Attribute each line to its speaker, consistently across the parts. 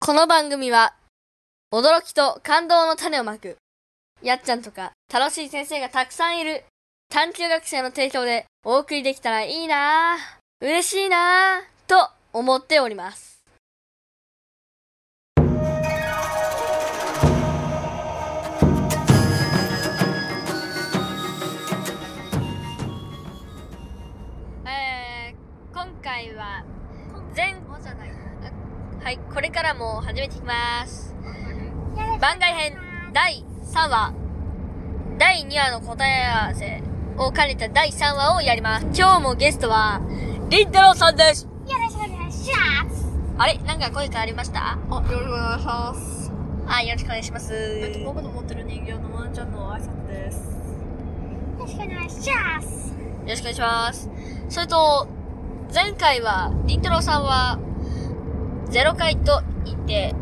Speaker 1: この番組は、驚きと感動の種をまく、やっちゃんとか楽しい先生がたくさんいる、探究学生の提供でお送りできたらいいなぁ、嬉しいなぁ、と思っております。えー、今回は、前後じゃないはい、これからも始めていきます。番外編第3話、第2話の答え合わせを兼ねた第3話をやります。今日もゲストは、りんたろうさんです。
Speaker 2: よろしくお願いします。
Speaker 1: あれなんか声変わりました
Speaker 2: あ、よろしくお願いします。
Speaker 1: はい、よろしくお願いします。
Speaker 2: えっと、僕の持ってる人形のワンちゃんの挨拶です。よろしくお願いします。
Speaker 1: よろしくお願いします。それと、前回は、りんたろうさんは、0回と言って、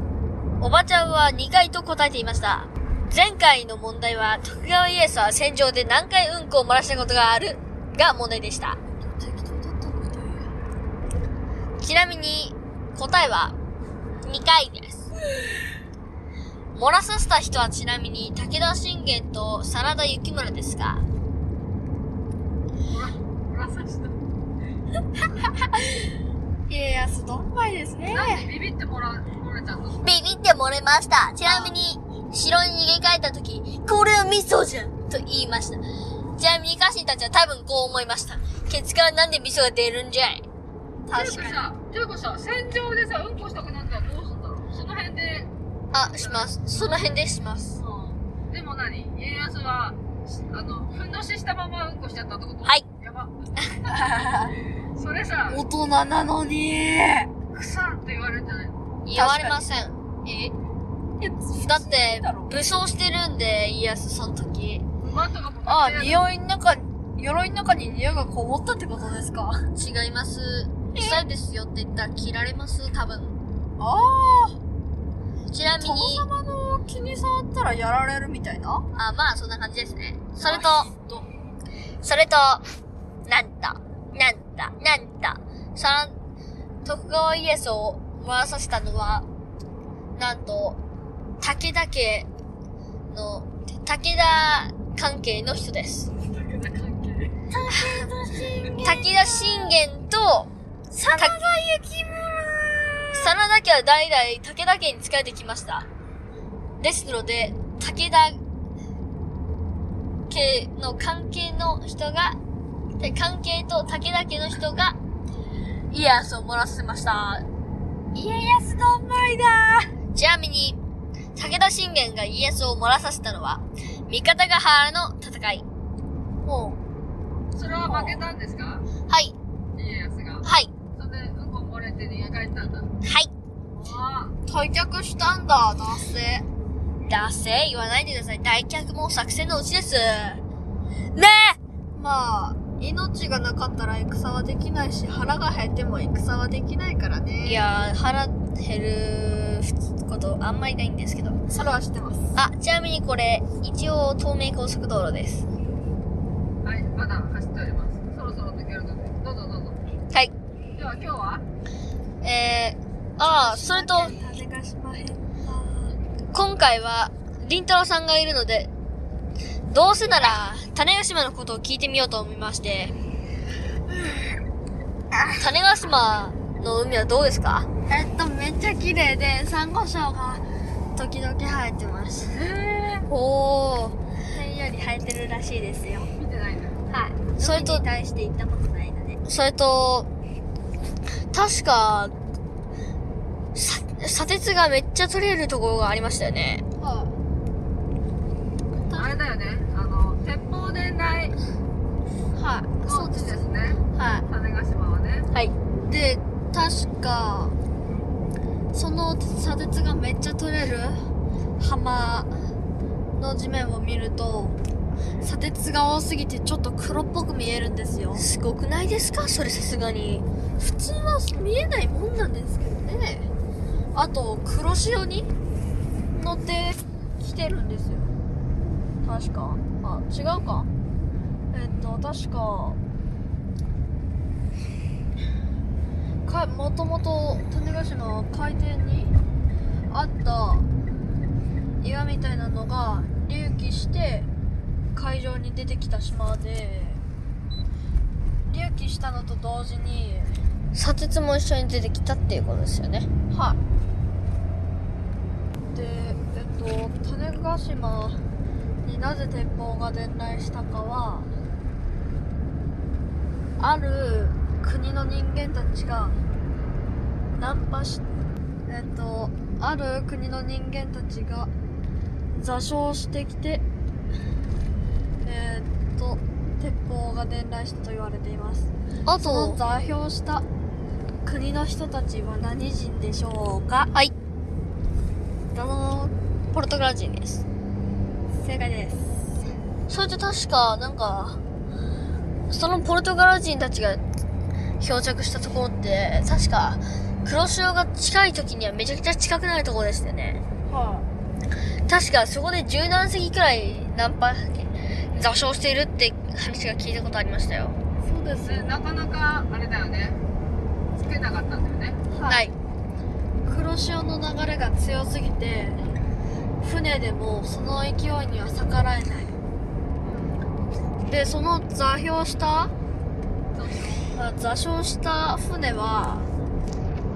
Speaker 1: おばちゃんは2回と答えていました。前回の問題は、徳川家康は戦場で何回うんこを漏らしたことがあるが問題でした。
Speaker 2: 適当だったので。
Speaker 1: ちなみに、答えは、2回です。漏らさせた人はちなみに、武田信玄と真田幸村ですが、
Speaker 2: まさし家康どんまいですね。
Speaker 3: ビビってもらう、もらえちゃった。
Speaker 1: ビビって漏れました。ちなみに、城に逃げ帰った時、これは味噌じゃんと言いました。ちなみに家臣たちは多分こう思いました。ケツからなんで味噌が出るんじゃい
Speaker 2: 確かに。
Speaker 3: に。ていうかさ、戦場でさ、うんこしたくなったらどうすんだろうその辺で、
Speaker 1: あ、します。その辺でします。
Speaker 3: うん。でも何家康は、しあの、ふんどししたままうんこしちゃったってこと
Speaker 1: はい。
Speaker 3: やば。それさ、
Speaker 2: 大人なのに。え、
Speaker 3: 草って言われるんじゃないの
Speaker 1: 言われません。だって
Speaker 2: だろ、
Speaker 1: 武装してるんで、家康その時。
Speaker 3: 馬とかも
Speaker 2: あ、
Speaker 3: めっちゃ
Speaker 2: 匂
Speaker 3: や
Speaker 2: いの中に、鎧の中に匂いがこもったってことですか
Speaker 1: 違います。臭いですよって言ったら切られます、多分。
Speaker 2: ああ、
Speaker 1: ちなみ
Speaker 2: 殿
Speaker 1: に、
Speaker 2: 様の気に触ったらやられるみたいな
Speaker 1: あ、まあそんな感じですね。それと、
Speaker 2: と、
Speaker 1: それと、なんと、なんだ、なんと、さん、徳川家康を漏らさせたのは、なんと、武田家の、武田関係の人です。
Speaker 3: だけな関係。
Speaker 1: 武田信玄と、
Speaker 2: 真田
Speaker 1: 田
Speaker 2: 幸村
Speaker 1: 真田家は代々武田家に仕えてきました。ですので、武田家の関係の人が、で関係と武田家の人が、家康を漏らせました。
Speaker 2: 家康どんまいだ
Speaker 1: ちなみに、武田信玄が家康を漏らさせたのは、三方ヶ原の戦い。
Speaker 2: も
Speaker 3: それは負けたんですか
Speaker 1: はい、
Speaker 3: 家康が。
Speaker 1: はい、
Speaker 3: それで、うんこ漏れて逃げ帰ったんだ。
Speaker 1: はい。
Speaker 3: あ
Speaker 2: う退却したんだ男性
Speaker 1: だせー言わないでください。大脚も作戦のうちです。ねえ
Speaker 2: まあ命がなかったら戦はできないし腹が減っても戦はできないからね
Speaker 1: いやー、腹減ることあんまりないんですけど。
Speaker 2: それは知ってます
Speaker 1: あ、ちなみにこれ、一応東名高速道路です。
Speaker 3: ーはい、まだ走っております。そろそろ抜けるので、どうぞどうぞ。
Speaker 1: はい。
Speaker 3: では今日は
Speaker 1: えー、あー、それと、
Speaker 2: 種がしまへんな
Speaker 1: 今回は、りんたろさんがいるので、どうせなら、種ヶ島のことを聞いてみようと思いまして。種ヶ島の海はどうですか
Speaker 2: えっとめっちゃ綺麗でサンゴ礁が時々生えてます
Speaker 3: え
Speaker 1: おー。
Speaker 2: 天より生えてるらしいですよ
Speaker 3: ー、見てないんだ。
Speaker 2: はい
Speaker 1: それと
Speaker 2: 海に対して行ったことないので
Speaker 1: それと、確か、さ砂鉄がめっちゃ取れるところがありましたよね。
Speaker 2: はい
Speaker 3: あれだよね、あの、鉄砲伝来
Speaker 2: はいそ
Speaker 3: の
Speaker 2: うで
Speaker 3: 地
Speaker 2: す
Speaker 3: ですね、
Speaker 2: はい
Speaker 3: 種子島はね。
Speaker 1: はい。
Speaker 2: で確かその砂鉄がめっちゃ取れる浜の地面を見ると砂鉄が多すぎてちょっと黒っぽく見えるんですよ
Speaker 1: すごくないですかそれさすがに。
Speaker 2: 普通は見えないもんなんですけどねあと黒潮に乗ってきてるんですよ確かあ違うかえっと確かかもともと種子島は海底にあった岩みたいなのが隆起して海上に出てきた島で隆起したのと同時に
Speaker 1: 砂鉄も一緒に出てきたっていうことですよね
Speaker 2: はいでえっと種子島になぜ鉄砲が伝来したかはある国の人間たちがナンパしえっとある国の人間たちが座礁してきてえっと鉄砲が伝来したと言われています
Speaker 1: あ
Speaker 2: その
Speaker 1: と
Speaker 2: 座標した国の人たちは何人でしょうか
Speaker 1: はい
Speaker 2: どうぞ
Speaker 1: ポルトガル人です
Speaker 2: 正解です
Speaker 1: それって確かなんかそのポルトガル人たちが漂着したところって確か黒潮が近い時にはめちゃくちゃ近くなるところでしたよね
Speaker 2: は
Speaker 1: 確かそこで十何隻くらいナンパ座礁しているって話が聞いたことありましたよ
Speaker 2: い、そうです、
Speaker 3: でなかなかあれだよねつけなかったんだよね
Speaker 1: はいい
Speaker 2: 黒潮の流れが強すぎて船でもその勢いには逆らえないでその座標したあ座礁した船は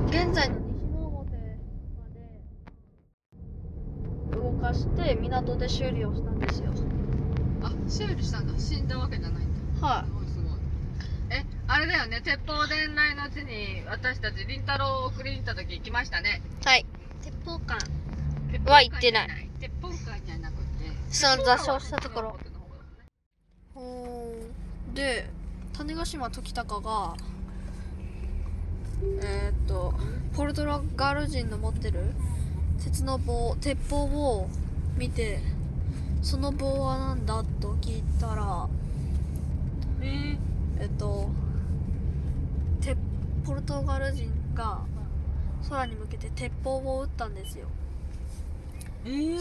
Speaker 2: 現在の西之表まで動かして港で修理をしたんですよ
Speaker 3: あ修理したんだ死んだわけじゃないんだ
Speaker 2: は
Speaker 3: すごいすごいえあれだよね鉄砲伝来の地に私たちりんたろうを送りに行った時行きましたね
Speaker 1: はい
Speaker 2: い鉄砲艦
Speaker 1: は行ってない
Speaker 3: 鉄砲艦じゃなくて
Speaker 1: その座礁したところ
Speaker 2: で種子島時高がえーっとポルトガル人の持ってる鉄の棒鉄砲を見てその棒は何だと聞いたら
Speaker 3: えー、
Speaker 2: えっと鉄ポルトガル人が空に向けて鉄砲を撃ったんですよ
Speaker 3: えー、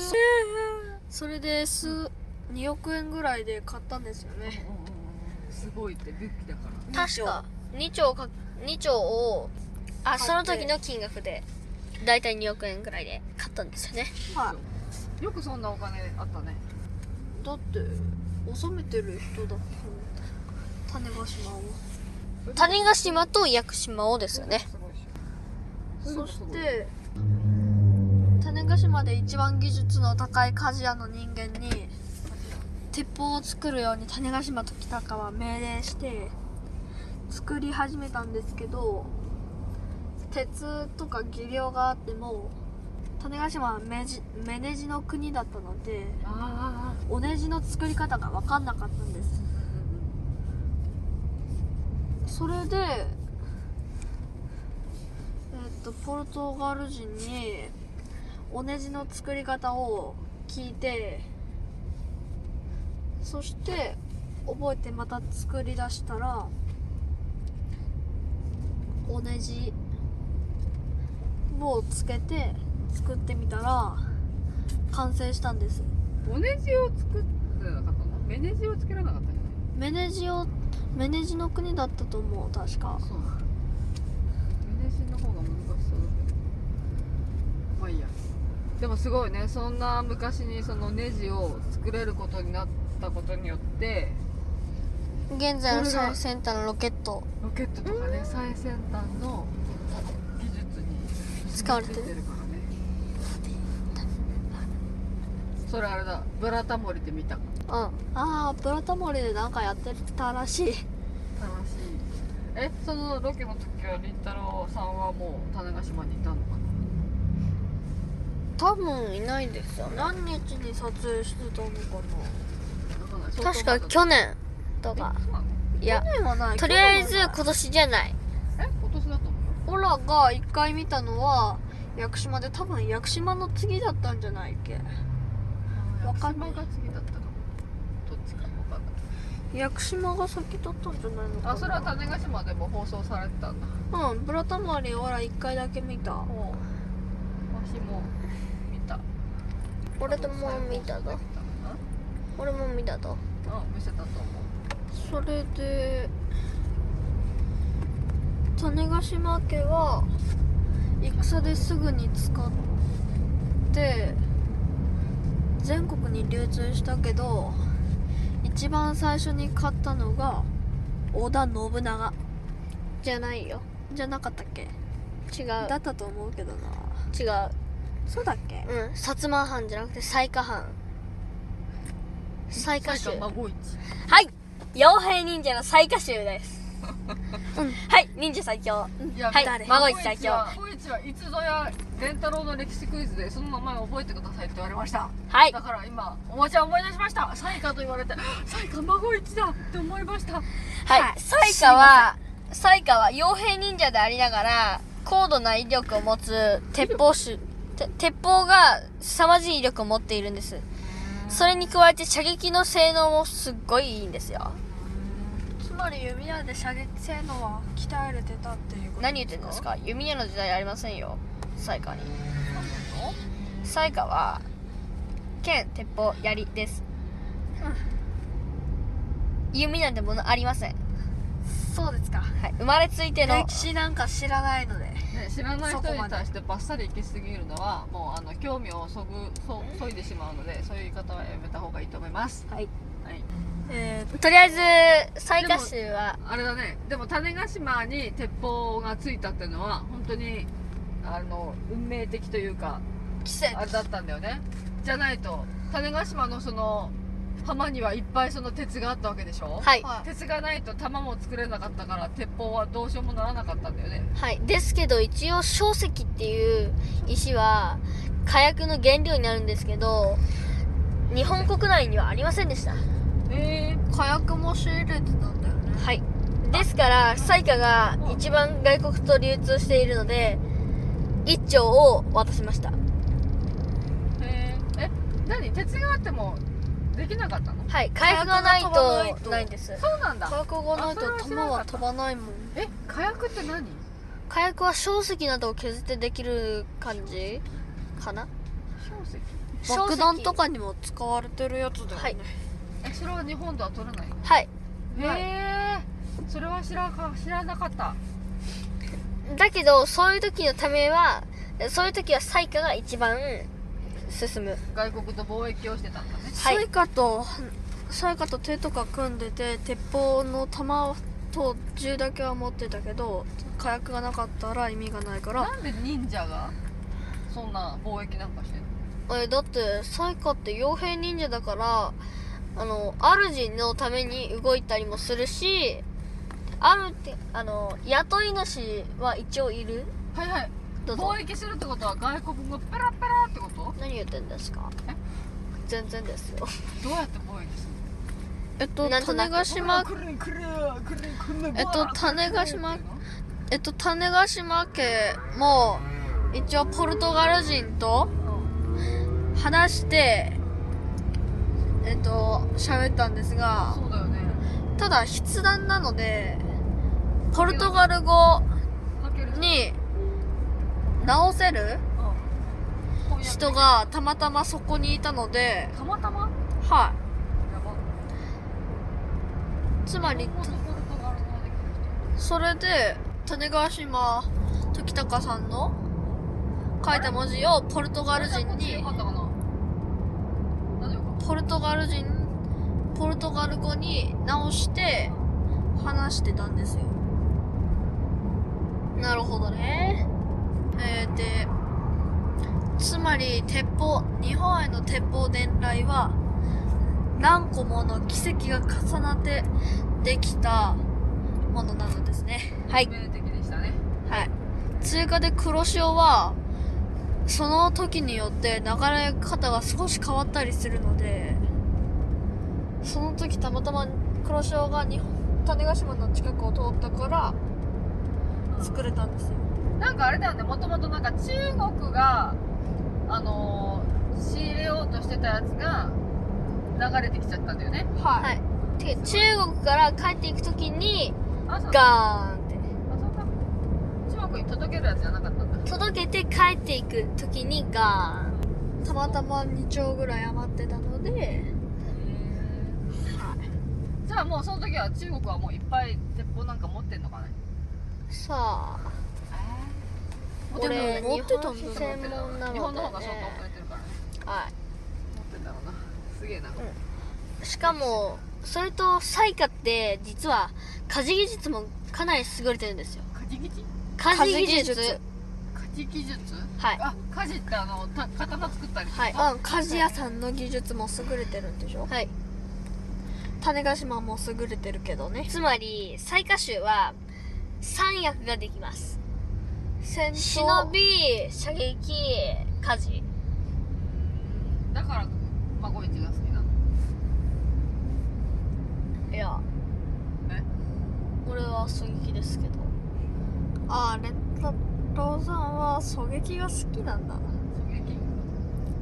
Speaker 2: それで数2億円ぐらいで買ったんですよね
Speaker 3: すごいって武器だから
Speaker 1: 確か2兆か2兆をあその時の金額でだいたい2億円ぐらいで買ったんですよね
Speaker 2: はい
Speaker 3: よくそんなお金あったね
Speaker 2: だって納めてる人だった種子島を
Speaker 1: 種子島と屋久島をですよね
Speaker 3: すごいっしょ
Speaker 2: そして種子島で一番技術の高い鍛冶屋の人間に鉄砲を作るように種子島時高は命令して作り始めたんですけど鉄とか技量があっても種子島は目じ目ネジの国だったので
Speaker 3: あ
Speaker 2: おネジの作り方が分かんなかったんです
Speaker 3: あ
Speaker 2: それで、えっとポルトガル人におネジの作り方を聞いてそして覚えてまた作り出したらおネジをつけて作ってみたら完成したんです
Speaker 3: おネジを作ってなかったのメネジをつけられなかったよね
Speaker 2: メネジをメネジの国だったと思う確か
Speaker 3: そうメネジの方が難しそうだけどまあいいやでもすごいねそんな昔にそのネジを作れることになったことによって
Speaker 1: 現在の
Speaker 3: それが
Speaker 1: 最先端のロケット
Speaker 3: ロケットとかね最先端の技術に
Speaker 1: 使われてる
Speaker 3: ついからねそれあれだブラタモリで見た楽
Speaker 1: うん
Speaker 2: ああブラタモリでなんかやってたらしい
Speaker 3: しいえそのロケの時はりんたろうさんはもう種子島にいたのか
Speaker 1: 多分いないんですよね
Speaker 2: 何日に撮影してたのか
Speaker 3: なわかんない
Speaker 1: 確か去年とか
Speaker 3: えそうなの
Speaker 1: いや
Speaker 2: な去年はない
Speaker 1: とりあえず
Speaker 2: 去年
Speaker 1: 今
Speaker 2: はない
Speaker 1: 年じゃない
Speaker 3: え今年だと思う
Speaker 2: オ
Speaker 3: よ
Speaker 2: ラが一回見たのは屋久島で多分屋久島の次だったんじゃないっけわかんない
Speaker 3: 屋久島が次だったかもどっちかわかんない
Speaker 2: 屋久島が先だったんじゃないのかな
Speaker 3: あそれは種子島でも放送されてたんだ
Speaker 2: うんブラタモリオラ一回だけ見た
Speaker 3: もうわしも見た
Speaker 1: 俺とも見たぞ俺も見たぞ
Speaker 3: うん見せたと思う
Speaker 2: それで種子島家は戦ですぐに使っって全国に流通したけど一番最初に買ったのが織田信長
Speaker 1: じゃないよ
Speaker 2: じゃなかったっけ
Speaker 1: 違う
Speaker 2: だったと思うけどな
Speaker 1: 違う
Speaker 2: そうだっけ
Speaker 1: うん薩摩藩じゃなくて西下藩西下州
Speaker 3: 最下孫一
Speaker 1: はい傭兵忍者の最下州 です、はい忍者最強
Speaker 3: いや
Speaker 1: はい
Speaker 2: 誰
Speaker 1: 孫一最強
Speaker 3: 孫一はいつぞや伝太郎の歴史クイズでその名前を覚えてくださいって言われました
Speaker 1: はい
Speaker 3: だから今おばちゃん思い出しましたサイカと言われて サイカ孫一だって思いました
Speaker 1: はい西下は西下は傭兵忍者でありながら高度な威力を持つ鉄砲手て鉄砲が凄まじい威力を持っているんですそれに加えて射撃の性能もすっごいいいんですよ
Speaker 2: つまり弓矢で射撃性能は鍛えれてたっていうこと
Speaker 1: 何言ってんですか弓矢の時代ありませんよサイカにサイカは剣鉄砲槍 です、弓なんてものありません、
Speaker 2: そうですか
Speaker 1: はい、生まれついての
Speaker 2: 歴史なんか知らないので
Speaker 3: ね、知らない
Speaker 2: そこ
Speaker 3: 人
Speaker 2: まで
Speaker 3: に対してバッサリいきすぎるのはもうあの興味をそぐそそいでしまうのでそういう言い方はやめた方がいいと思います
Speaker 1: はい、
Speaker 3: はい、
Speaker 2: え
Speaker 1: とりあえず西下州は
Speaker 3: あれだねでも種子島に鉄砲がついたっていうのは本当にあの運命的というか
Speaker 2: ー、奇跡
Speaker 3: あれだったんだよねじゃないと種子島のその浜にはいっぱいその鉄があったわけでしょ
Speaker 1: はい
Speaker 2: はい
Speaker 3: 鉄がないと弾も作れなかったから鉄砲はどうしようもならなかったんだよね
Speaker 1: はいですけど一応硝石っていう石は火薬の原料になるんですけど日本国内にはありませんでした
Speaker 3: え
Speaker 2: 火薬も仕入れてたんだよね
Speaker 1: はい。ですから、サイカが一番外国と流通しているので、一丁を渡しました。
Speaker 3: ー、えー、え何鉄があってもできなかったの
Speaker 1: はい。回復がない
Speaker 2: 火薬が飛ばない
Speaker 1: と、
Speaker 2: と
Speaker 1: ないんです。
Speaker 3: そうなん
Speaker 2: 火
Speaker 3: だ
Speaker 2: 薬がないと弾は飛ばないもん
Speaker 3: え火薬って何
Speaker 1: 火薬は硝石などを削ってできる感じかな
Speaker 3: 硝石
Speaker 2: 爆弾と。
Speaker 1: 硝
Speaker 2: かにも使われてるやつだよね、
Speaker 1: はい
Speaker 3: えそれは日本では取れない
Speaker 1: 石はい。
Speaker 3: へえそれは知らか知らなかった
Speaker 1: だけど、そういう時のためは、そういう時はサイカが一番進む。
Speaker 3: 外国と貿易をしてたんだね
Speaker 1: はい
Speaker 2: サイカとサイカと手とか組んでて鉄砲の弾と銃だけは持ってたけど火薬がなかったら意味がないから
Speaker 3: なんで忍者がそんな貿易なんかしてんの
Speaker 1: えだってサイカって傭兵忍者だからあの主のために動いたりもするしあるってあの雇い主は一応いる
Speaker 3: はいはい
Speaker 1: どうぞ
Speaker 3: 貿易するってことは外国語ペラペラってこと
Speaker 1: 何言ってんですか
Speaker 3: え
Speaker 1: 全然ですよ
Speaker 3: どうやって貿易するの
Speaker 2: えっと
Speaker 1: なんとな
Speaker 2: 種
Speaker 1: く
Speaker 2: 子島
Speaker 3: くるんくるんくるんくるん
Speaker 2: えっと種子島えっと種子島家も一応ポルトガル人と話してえっと喋ったんですが
Speaker 3: そうだよね
Speaker 2: ただ筆談なのでポルトガル語
Speaker 3: かける
Speaker 2: に直せる
Speaker 3: うん
Speaker 2: 人がたまたまそこにいたので
Speaker 3: たまたま
Speaker 2: は
Speaker 3: やば
Speaker 2: いつまり
Speaker 3: ポルトガル語ができる人
Speaker 2: それで種子島時隆さんの書いた文字をポルトガル人に
Speaker 3: 大丈夫か
Speaker 2: ポルトガル人ポルトガル語に直して話してたんですよ
Speaker 1: なるほどね
Speaker 2: えー、でつまり鉄砲日本への鉄砲伝来は何個もの奇跡が重なってできたものなのですね
Speaker 1: はい
Speaker 3: 運命的でしたね
Speaker 2: はい。追加で黒潮は、その時によって流れ方が少し変わったりするので、その時たまたま黒潮が日本、種子島の近くを通ったから、作れたんですよ。
Speaker 3: なんかあれだよねもともとなんか中国があのー仕入れようとしてたやつが流れてきちゃったんだよね
Speaker 2: はい。
Speaker 1: はいてか中国から帰っていく時に
Speaker 3: あそうあ
Speaker 1: ガーンっ
Speaker 3: そうか中国に届けるやつじゃなかったんだ
Speaker 1: て届けて帰っていく時にガーン
Speaker 2: たまたま2丁ぐらい余ってたので、
Speaker 3: じゃあもうその時は中国はもういっぱい鉄砲なんか持ってんのかね
Speaker 1: さあ
Speaker 3: え
Speaker 2: でも
Speaker 1: 俺
Speaker 2: 持ってたんだよ
Speaker 1: 日本酒専門なので、ね、
Speaker 3: 日本の方がちょっと遅れてるはい持ってたのなすげえな、
Speaker 1: しかもそれとサイカって実は家事技術もかなり優れてるんですよ
Speaker 3: カジキチ
Speaker 1: 家事技術
Speaker 2: 家事技術
Speaker 3: カジ技術
Speaker 1: はい
Speaker 3: あカジってあのた刀作ったりとか
Speaker 1: はい
Speaker 2: うん鍛冶屋さんの技術も優れてるんでしょ
Speaker 1: はい
Speaker 2: 種子島も優れてるけどね
Speaker 1: つまり最下手は三役ができます
Speaker 2: 戦闘
Speaker 1: 忍び射撃家事
Speaker 3: だからマゴイチが好きなの
Speaker 1: いや
Speaker 3: え
Speaker 1: 俺は狙撃ですけど
Speaker 2: ああレッドローさんは狙撃が好きなんだな
Speaker 3: 狙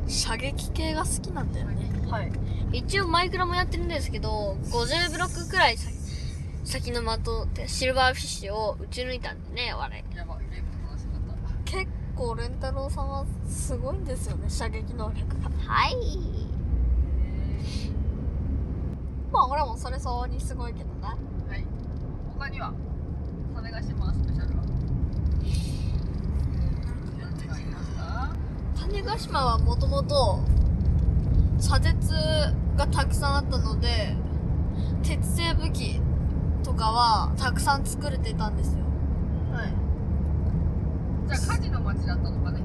Speaker 3: 撃
Speaker 2: 射撃系が好きなんだよね
Speaker 1: はい一応マイクラもやってるんですけど50ブロックくらい先先の的ってシルバーフィッシュを撃ち抜いたんでね我
Speaker 3: やばいゲームの話になった
Speaker 2: 結構レンタローさんはすごいんですよね射撃能力が
Speaker 1: はい
Speaker 2: まあ俺もそれ相応にすごいけどな
Speaker 3: はい他には種子島スペシャルは何かありました
Speaker 2: 種子島はもともと砂鉄がたくさんあったので鉄製武器とかはたくさん作れてたんですよ
Speaker 1: はい
Speaker 3: じゃあ火事の町だったのかね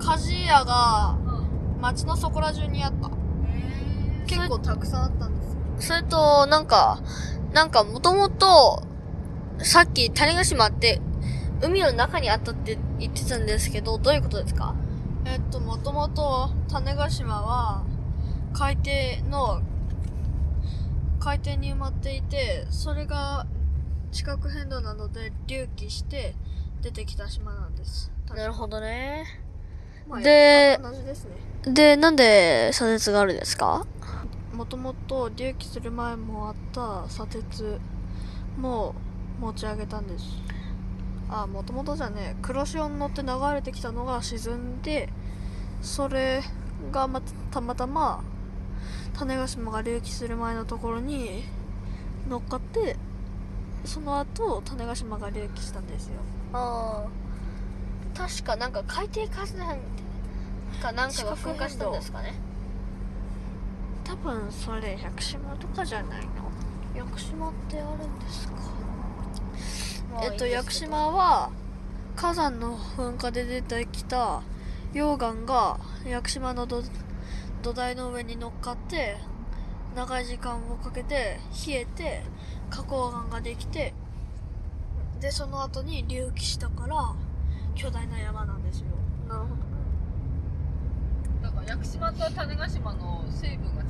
Speaker 2: 鍛冶屋が
Speaker 3: うん
Speaker 2: 町のそこら中にあった
Speaker 3: へ
Speaker 2: 結構たくさんあったんですよ
Speaker 1: それと、なんか、なんかもともと、さっき種子島って、海の中にあったって言ってたんですけど、どういうことですか
Speaker 2: えっともともと種子島は海底の海底に埋まっていてそれが地殻変動などで隆起して出てきた島なんです
Speaker 1: なるほどね。
Speaker 2: まあ
Speaker 1: で
Speaker 2: 同じですね
Speaker 1: で、なんで左折があるんですか
Speaker 2: もともと隆起する前もあった砂鉄も持ち上げたんですあもともとじゃねえ黒潮に乗って流れてきたのが沈んでそれがまたたまたま種子島が隆起する前のところに乗っかってその後種子島が隆起したんですよ
Speaker 1: ああ。確かなんか海底火山かなんかが噴火したんですかね。
Speaker 2: 多分それ屋久島とかじゃないの屋久島ってあるんですかえっと屋久島は火山の噴火で出てきた溶岩が屋久島の土土台の上に乗っかって長い時間をかけて冷えて花崗岩ができてでその後に隆起したから巨大な山なんですよ
Speaker 1: なるほど。
Speaker 3: えなんか屋久島と種子島の成分が違う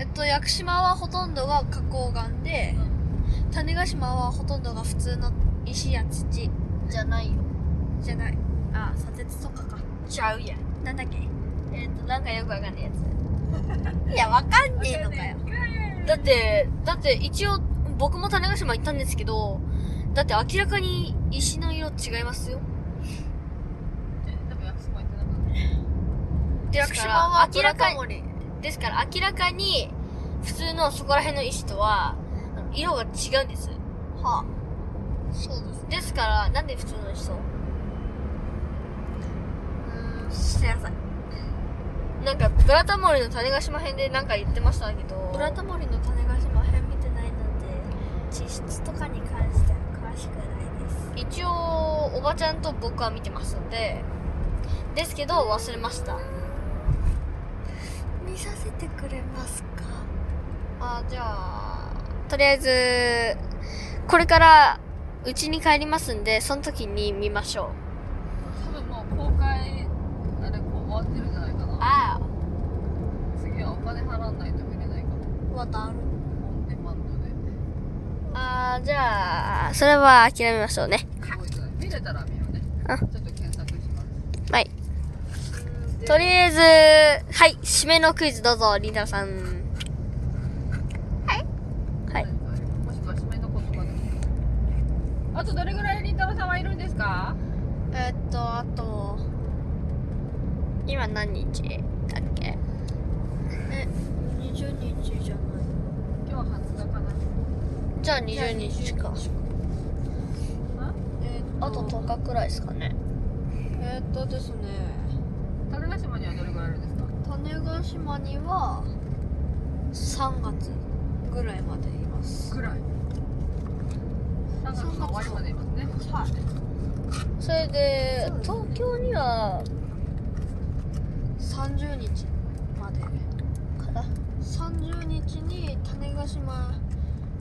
Speaker 2: えっと屋久島はほとんどが花崗岩で
Speaker 3: もんね
Speaker 2: 種子島はほとんどが普通の石や土
Speaker 1: じゃないよ。
Speaker 2: じゃないあ砂鉄とかか
Speaker 1: ちゃうやん。
Speaker 2: なんだっけ
Speaker 1: えっ、と、なんかよくわかんないやつ。
Speaker 2: いやわかん
Speaker 3: うん
Speaker 2: ねえのかよ
Speaker 1: だって、だって一応、僕も種子島行ったんですけど、だって明らかに石の色違いますよ。
Speaker 3: えでも屋久島行ってなかっ
Speaker 1: です
Speaker 2: 屋久
Speaker 1: か
Speaker 2: 島
Speaker 1: ら
Speaker 2: は、
Speaker 1: 明らかに、
Speaker 2: に
Speaker 1: ですから明らかに、普通のそこら辺の石とは、あの色が違うんです。
Speaker 2: はあそうです
Speaker 1: ですから、なんで普通の石と
Speaker 2: うーんしてやさい
Speaker 1: なんか、ブラタモリの種子島編でなんか言ってましたけど、
Speaker 2: ブラタモリの種子島編見てないので地質とかに関しては詳しくないです
Speaker 1: 一応、おばちゃんと僕は見てますんで、ですけど、忘れました。
Speaker 2: 見させてくれますか
Speaker 1: あじゃあとりあえずこれからうちに帰りますんでその時に見ましょう
Speaker 3: た多分もう公開あれこう終わってるんじゃないかな
Speaker 1: あ
Speaker 3: 次はお金払わないと見れないかも
Speaker 2: またある
Speaker 3: オンデマンドで
Speaker 1: あーじゃあそれは諦めましょうね
Speaker 3: すごいじゃない見れたら見ようね
Speaker 1: あ
Speaker 3: ちょっと検索します
Speaker 1: はいう
Speaker 3: ーんで
Speaker 1: とりあえずはい締めのクイズどうぞりんたろーさんはい
Speaker 3: もしくは締めの言葉でもあとどれぐらいりんたろーさんはいるんですか
Speaker 2: えっとあと
Speaker 1: 今何日だっけ
Speaker 2: 20日じゃない
Speaker 3: 今日は20日かな
Speaker 1: じゃあ20日か
Speaker 2: えっ
Speaker 1: あと10日くらいですかね
Speaker 2: えっとですね
Speaker 3: 種子島にはどれぐらいいるんですか
Speaker 2: 種子島には3月ぐらいまでいます
Speaker 3: ぐらい3月の終わりまでいますね
Speaker 2: はい
Speaker 1: それで東京には
Speaker 2: 30日まで
Speaker 1: から
Speaker 2: 30日に種子島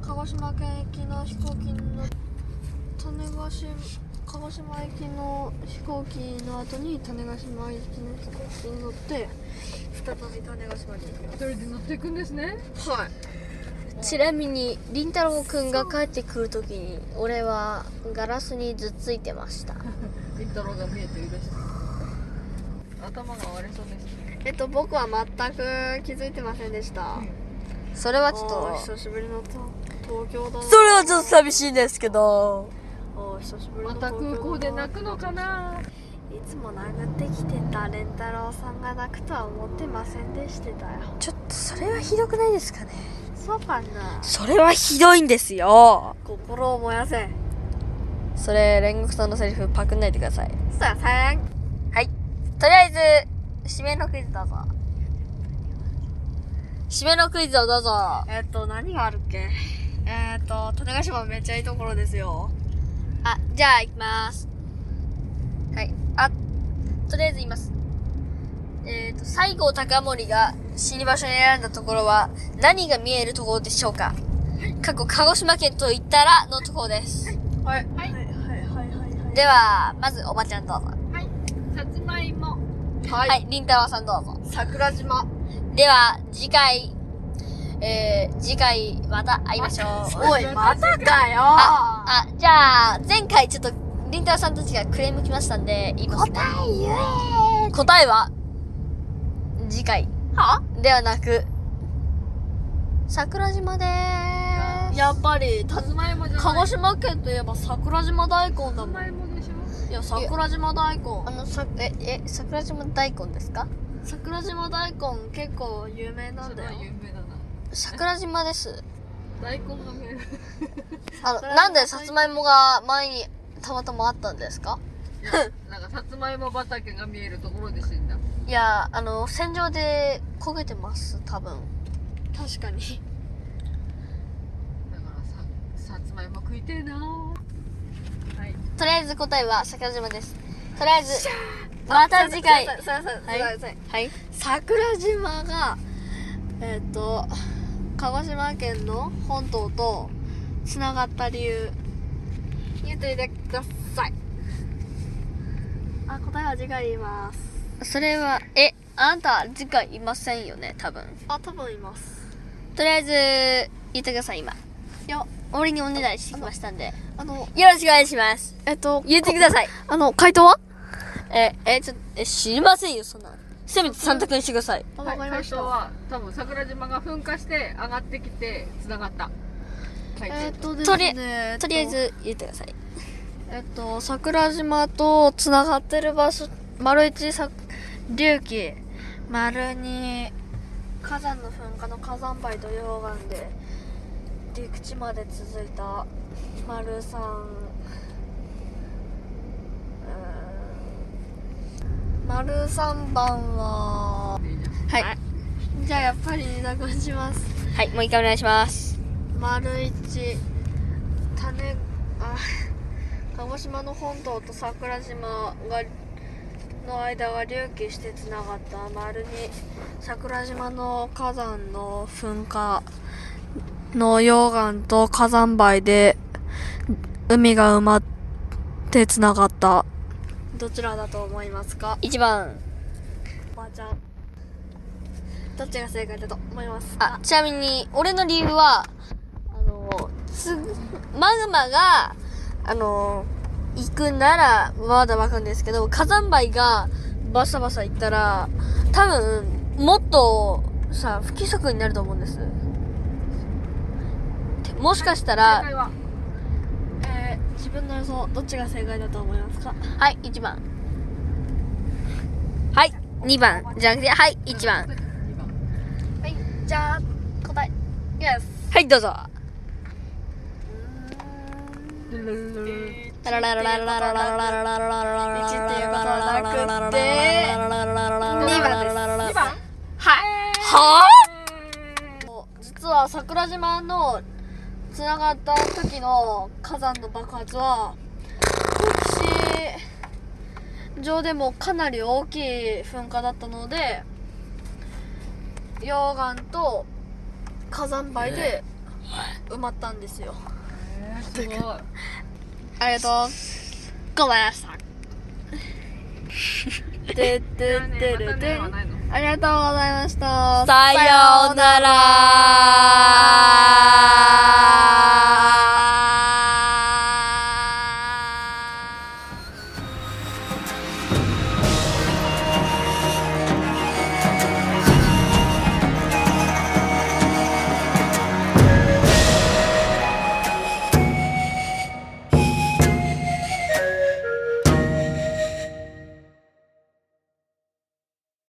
Speaker 2: 鹿児島県行きの飛行機の種子島鹿児島行きの飛行機の後に種子島行きの飛行機に乗って再び種子島に行き
Speaker 3: 一人で乗っていくんですね
Speaker 2: ますはい
Speaker 1: ちなみに凛太郎くんが帰ってくるときに俺はガラスにずっついてました
Speaker 3: りんたろうが見えて嬉しい頭が割れそうですね
Speaker 2: えっと僕は全く気づいてませんでした
Speaker 1: それはちょっ
Speaker 2: おー
Speaker 1: と
Speaker 2: 久しぶりの東東京だな
Speaker 1: それはちょっと寂しいですけど
Speaker 2: おー久しぶりの
Speaker 3: ま
Speaker 2: 東
Speaker 3: た
Speaker 2: 京
Speaker 3: 空港で泣くのかない
Speaker 2: つも殴ってきてたレンタロウさんが泣くとは思ってませんでしてたよ
Speaker 1: ちょっとそれはひどくないですかね
Speaker 2: そうかな
Speaker 1: それはひどいんですよ
Speaker 2: 心を燃やせ
Speaker 1: それ煉獄さんのセリフパクんないでください
Speaker 2: さあさん
Speaker 1: はいとりあえず締めのクイズどうぞ締めのクイズをどうぞあ
Speaker 2: えっ、と何があるっけえっ、と種子島めっちゃいいところですよ
Speaker 1: じゃあ行きますはいあとりあえず言いますえっ、と西郷隆盛が死に場所に選んだところは何が見えるところでしょうか過去鹿児島県と言ったらのところです
Speaker 2: はいはいはいはいはい
Speaker 1: ではまずおばちゃんどうぞ
Speaker 3: さつまいも
Speaker 2: は
Speaker 1: はいりんたろうさんどうぞ
Speaker 2: 桜島
Speaker 1: では次回えー、次回また会いましょう
Speaker 2: おいまたかよ
Speaker 1: あじゃあ前回ちょっとりんたろうさんたちがクレーム来ましたんで言いますね
Speaker 2: え言え
Speaker 1: 答えは次回
Speaker 2: は
Speaker 1: ではなく桜島でーす
Speaker 2: やっぱりた
Speaker 3: さつまいもじゃない
Speaker 2: 鹿児島県といえば桜島大根だも
Speaker 3: さつ
Speaker 2: ん
Speaker 3: まいもでしょ
Speaker 2: いや桜島大根
Speaker 1: あのさええ桜島大根ですか
Speaker 2: 桜島大根結構有名な
Speaker 3: そ
Speaker 2: ん
Speaker 3: れ
Speaker 2: だ
Speaker 3: は
Speaker 2: よ
Speaker 3: 有名だな
Speaker 1: 桜島です
Speaker 3: 大根が見える
Speaker 1: あのなんでさつまいもが前にたまたまあったんですか
Speaker 3: いやなんかさつまいも畑が見えるところで死んだ
Speaker 1: いやあの戦場で焦げてます多分
Speaker 2: 確かに
Speaker 3: だからささつまいも食いてえなはい
Speaker 1: とりあえず答えは桜島ですとりあえずまた次回
Speaker 2: すいませんすいませんすいません
Speaker 1: はい
Speaker 2: 桜島がえっ、と鹿児島県の本島とつながった理由言ってみてくださいあ答えは次回言います
Speaker 1: それはえあなた次回いませんよね多分
Speaker 2: あ多分言います
Speaker 1: とりあえず言ってください今
Speaker 2: いや
Speaker 1: 俺にお願いしてきましたんで
Speaker 2: あの
Speaker 1: よろしくお願いします
Speaker 2: えっ、と
Speaker 1: 言ってくだ さい
Speaker 2: あの回答は
Speaker 1: ええちょっとえ知りませんよそんなのせめて三択にしてください
Speaker 2: わかりました、
Speaker 3: はい、最初は多分桜島が噴火して上がってきて繋がった。はい
Speaker 2: えっ、とで
Speaker 1: と
Speaker 2: す
Speaker 1: り
Speaker 2: ね
Speaker 1: とりあえず言ってください
Speaker 2: えっと、桜島とつながってる場所、丸一さ隆起、丸二火山の噴火の火山灰と溶岩で陸地まで続いた丸三うーん丸三番は
Speaker 1: はい
Speaker 2: じゃあやっぱり二択にします
Speaker 1: はいもう一回お願いします
Speaker 2: 丸一種あ 鹿児島の本島と桜島がの間が隆起してつながった丸二桜島の火山の噴火の溶岩と火山灰で海が埋まってつながったどちらだと思いますか
Speaker 1: 一番
Speaker 2: おばあちゃんどっちが正解だと思いますか
Speaker 1: あちなみに俺の理由はあのすぐマグマがあの行くならまだわかるんですけど火山灰がバサバサ行ったら多分もっとさ不規則になると思うんですてもしかした
Speaker 3: 正解
Speaker 1: ら
Speaker 3: は
Speaker 2: えー自分の予想どっちが正解だと思いますか
Speaker 1: はい1番はい2番じゃなくてはい1番
Speaker 3: 二番
Speaker 2: はい、じゃあ答え。Yes。
Speaker 1: はいどうぞ
Speaker 2: 一っていうことはなくて
Speaker 1: 二番です
Speaker 3: 二番
Speaker 2: は
Speaker 1: 実は桜島のつながった時の火山の爆発は福祉上でもかなり大きい噴火だったので溶岩と火山灰で埋まったんですよ
Speaker 3: えー、すごい
Speaker 1: ありがとうごめんなさいてって
Speaker 3: ね
Speaker 1: て
Speaker 3: ま
Speaker 1: れ
Speaker 3: た
Speaker 1: て
Speaker 3: ねはないの
Speaker 1: ありがとうございました
Speaker 2: あさようなら